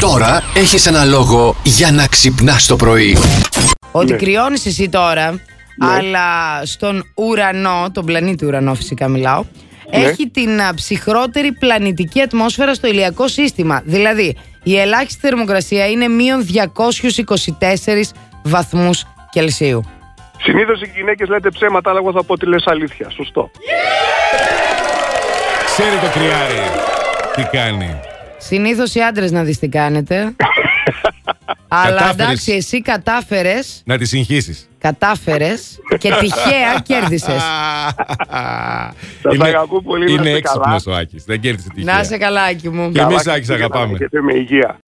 Τώρα έχεις ένα λόγο για να ξυπνάς το πρωί. Ότι Ναι. κρυώνεις εσύ τώρα, αλλά στον ουρανό, τον πλανήτη ουρανό φυσικά μιλάω, Ναι. έχει την α, ψυχρότερη πλανητική ατμόσφαιρα στο ηλιακό σύστημα. Δηλαδή, η ελάχιστη θερμοκρασία είναι μείον 224 βαθμούς Κελσίου. Συνήθως οι γυναίκες λέτε ψέματα, αλλά εγώ θα πω ότι λες αλήθεια. Σωστό. Ξέρει το κρυάρι τι κάνει. Συνήθως οι άντρες να δεις τι κάνετε. αλλά Κατάφερες. εντάξει, εσύ κατάφερες, Να τη συγχύσεις. κατάφερες και τυχαία κέρδισες. αγαπώ πολύ, να Είναι είστε καλά. έξυπνο ο Άκης. Δεν κέρδισε τυχαία. Να σε καλά, Άκη μου. Και εμείς, Καλά, Άκη, για να αγαπάμε. έχετε με υγεία.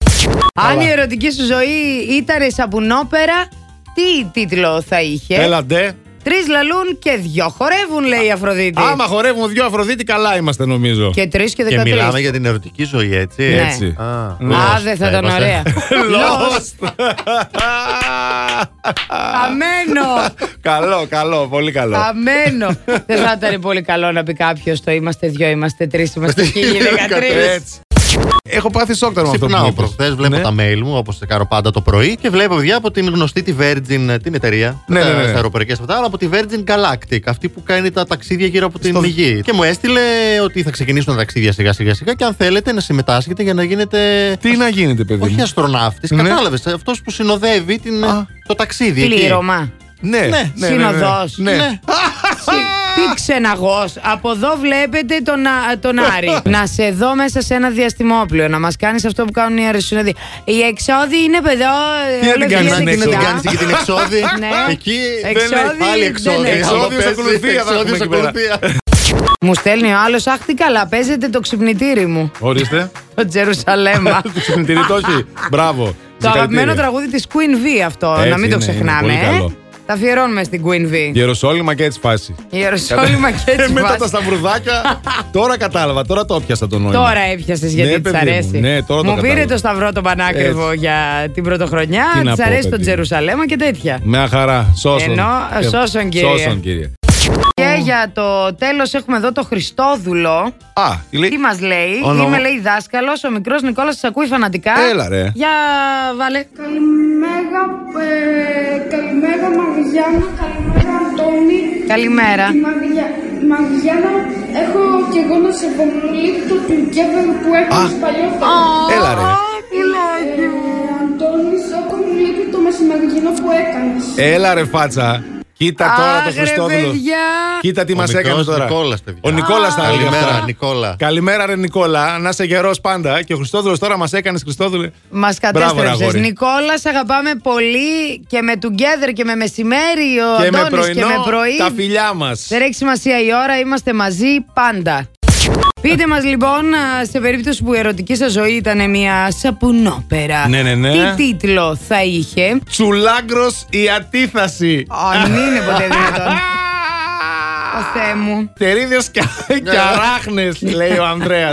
Αν η ερωτική σου ζωή ήταν η σαπουνόπερα, τι τίτλο θα είχε. Έλα ντε. Τρεις λαλούν και δυο χορεύουν, λέει η Αφροδίτη. Άμα χορεύουμε δυο Αφροδίτη, καλά είμαστε νομίζω. Και τρεις και Και δεκατρει. μιλάμε για την ερωτική ζωή, έτσι. Ναι. Έτσι. Α, Α, Lost δεν θα ήταν είμαστε. ωραία. Lost. Lost. Αμένο. καλό, καλό, πολύ καλό. Αμένο. Δεν θα ήταν πολύ καλό να πει κάποιος το είμαστε δυο, είμαστε τρεις, είμαστε χίλιοι δεκατρει. Έτσι. Έχω πάθει σόκτα με αυτό που μου Ξυπνάω είπες. προχθές, βλέπω Ναι. τα mail μου όπως κάνω πάντα το πρωί και βλέπω παιδιά από την γνωστή τη Virgin, ε, την εταιρεία. Ναι, τα- ναι, ναι. στα αεροπορικές αυτά, αλλά από τη Virgin Galactic, αυτή που κάνει τα ταξίδια γύρω από την Στο- γη. Και μου έστειλε ότι θα ξεκινήσουν τα ταξίδια σιγά σιγά σιγά και αν θέλετε να συμμετάσχετε για να γίνετε. Τι να γίνεται, παιδί. Όχι μου. αστροναύτης, Ναι. κατάλαβες. Αυτός που συνοδεύει την, Α. το ταξίδι. εκεί. Πλήρωμα. Ναι, ναι, ναι, ναι, ναι. Συνοδός. Ναι. Ναι. Τι ξεναγός, από εδώ βλέπετε τον, Α- τον Άρη. να σε δω μέσα σε ένα διαστημόπλαιο, να μας κάνεις αυτό που κάνουν οι αεροσυνοδοί. Η εξόδη είναι παιδό, Τι να την κάνεις Να την την εξόδη. κάνεις και την εξόδη. Ε, Ναι. Εκεί Εξόδη δεν έχει πάλι δεν εξόδη. έχει. Άμα Εξόδιος πέσει, ακολουθία θα εξόδιος έχουμε εκεί πέρα. ακολουθία. Μου στέλνει ο άλλος, αχ τι καλά, παίζετε το ξυπνητήρι μου. Ορίστε. Το Τζερουσαλέμα. Το ξυπνητήρι το έχει. Μπράβο. το Συγχαρητήρια. αγαπημένο τραγούδι της Queen V αυτό, Έτσι να μην το είναι, είναι ξεχνάμε. πολύ ε. καλό. Τα αφιερώνουμε στην Queen V. Ιεροσόλυμα και έτσι φάση. Η Ιεροσόλυμα και Ε, έτσι Μετά βάζει. τα σταυρουδάκια. Τώρα κατάλαβα, τώρα το πιάσα το νόημα. Τώρα έπιασες γιατί Ναι, της παιδί μου, αρέσει. ναι, τώρα το μου πήρε κατάλαβα. το σταυρό το πανάκριβο Έτσι. για την πρωτοχρονιά. Τι να Τη πω, αρέσει το παιδί μου. Ναι. Τζερουσαλέμα και τέτοια. Μια χαρά. Σώσον. Ενώ, Ε, σώσον, κύριε. Σώσον, κύριε. Και για το τέλος έχουμε εδώ το Χριστόδουλο. Α, τι λέει. Τι μας λέει, Όνομα. Είμαι λέει δάσκαλος. Ο μικρός Νικόλας σας ακούει φανατικά. Έλα, ρε. Για βάλε. Καλημέρα, ε, καλημέρα Μαριάννα, καλημέρα Αντώνη. Καλημέρα. Τη Μαρια... Μαριάννα, έχω και εγώ να σε απομολύτω του κέφαλου που έκανες παλιότερα. Έλα, ρε. Ε, Αντώνη, σε απομολύτω το μεσημερινό που έκανες. Έλα, ρε φάτσα. Κοίτα τώρα το Αχ, ρε Χριστόδουλο. παιδιά. Κοίτα τι Ο μας έκανε μικρός τώρα. Νικόλας, παιδιά. Ο Νικόλας τα έλεγε Καλημέρα, αυτά. Νικόλα. Καλημέρα, ρε Νικόλα. Να είσαι γερός πάντα. Και ο Χριστόδουλος τώρα μας έκανες Χριστόδουλε. Μας Μπράβο, ρε, κατέστρεψες. αγόρι. Νικόλα, σε αγαπάμε πολύ και με together και με μεσημέρι. Ο Και με Αντώνης πρωινό. και με πρωί. Τα φιλιά μας. Δεν έχει σημασία η ώρα, είμαστε μαζί πάντα. Πείτε μας λοιπόν, α, σε περίπτωση που η ερωτική σας ζωή ήταν μια σαπουνόπερα, Ναι, ναι, ναι. τι τίτλο θα είχε. Τσουλάγκρος η αντίθαση. Αν είναι ποτέ δυνατόν. Ο Θεέ μου. Ναι. Τερίδε και αράχνε, λέει ο Ανδρέα.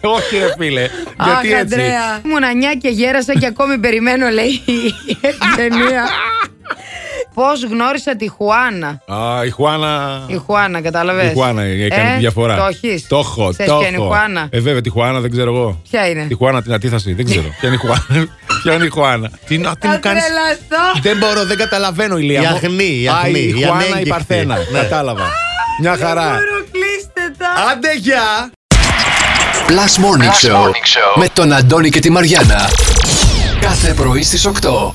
Όχι, ρε φίλε. Γιατί Αχ, έτσι. Αντρέα. Ήμουν 9 και γέρασα και ακόμη περιμένω, λέει η ταινία. Πώς γνώρισα τη Χουάνα. Α, η Χουάνα. Η Χουάνα, κατάλαβες. Η Χουάνα έκανε Ε, τη διαφορά. Το έχεις. Το έχω. Ξέρεις το ποια είναι η έχω. Χουάνα. Ε. Ε, βέβαια, τη Χουάνα δεν ξέρω εγώ. Ποια είναι. Τη Χουάνα την αντίθαση. Δεν ξέρω. Ε. Ποια είναι η Χουάνα. Ποια είναι η Χουάνα. Τι να τι μου Θα κάνεις. τρελαθώ. Δεν μπορώ, δεν καταλαβαίνω, Ηλία. Η μου. αχνή, η Α, αχνή, Η η Χουάνα, η ανέγκυχτη. Παρθένα. Ναι. Κατάλαβα. Μια χαρά. Μπορώ, κλείστε τα. Άντε, γεια! Plus Morning, Show, με τον Αντώνη και τη Μαριάνα. Κάθε πρωί στις 8.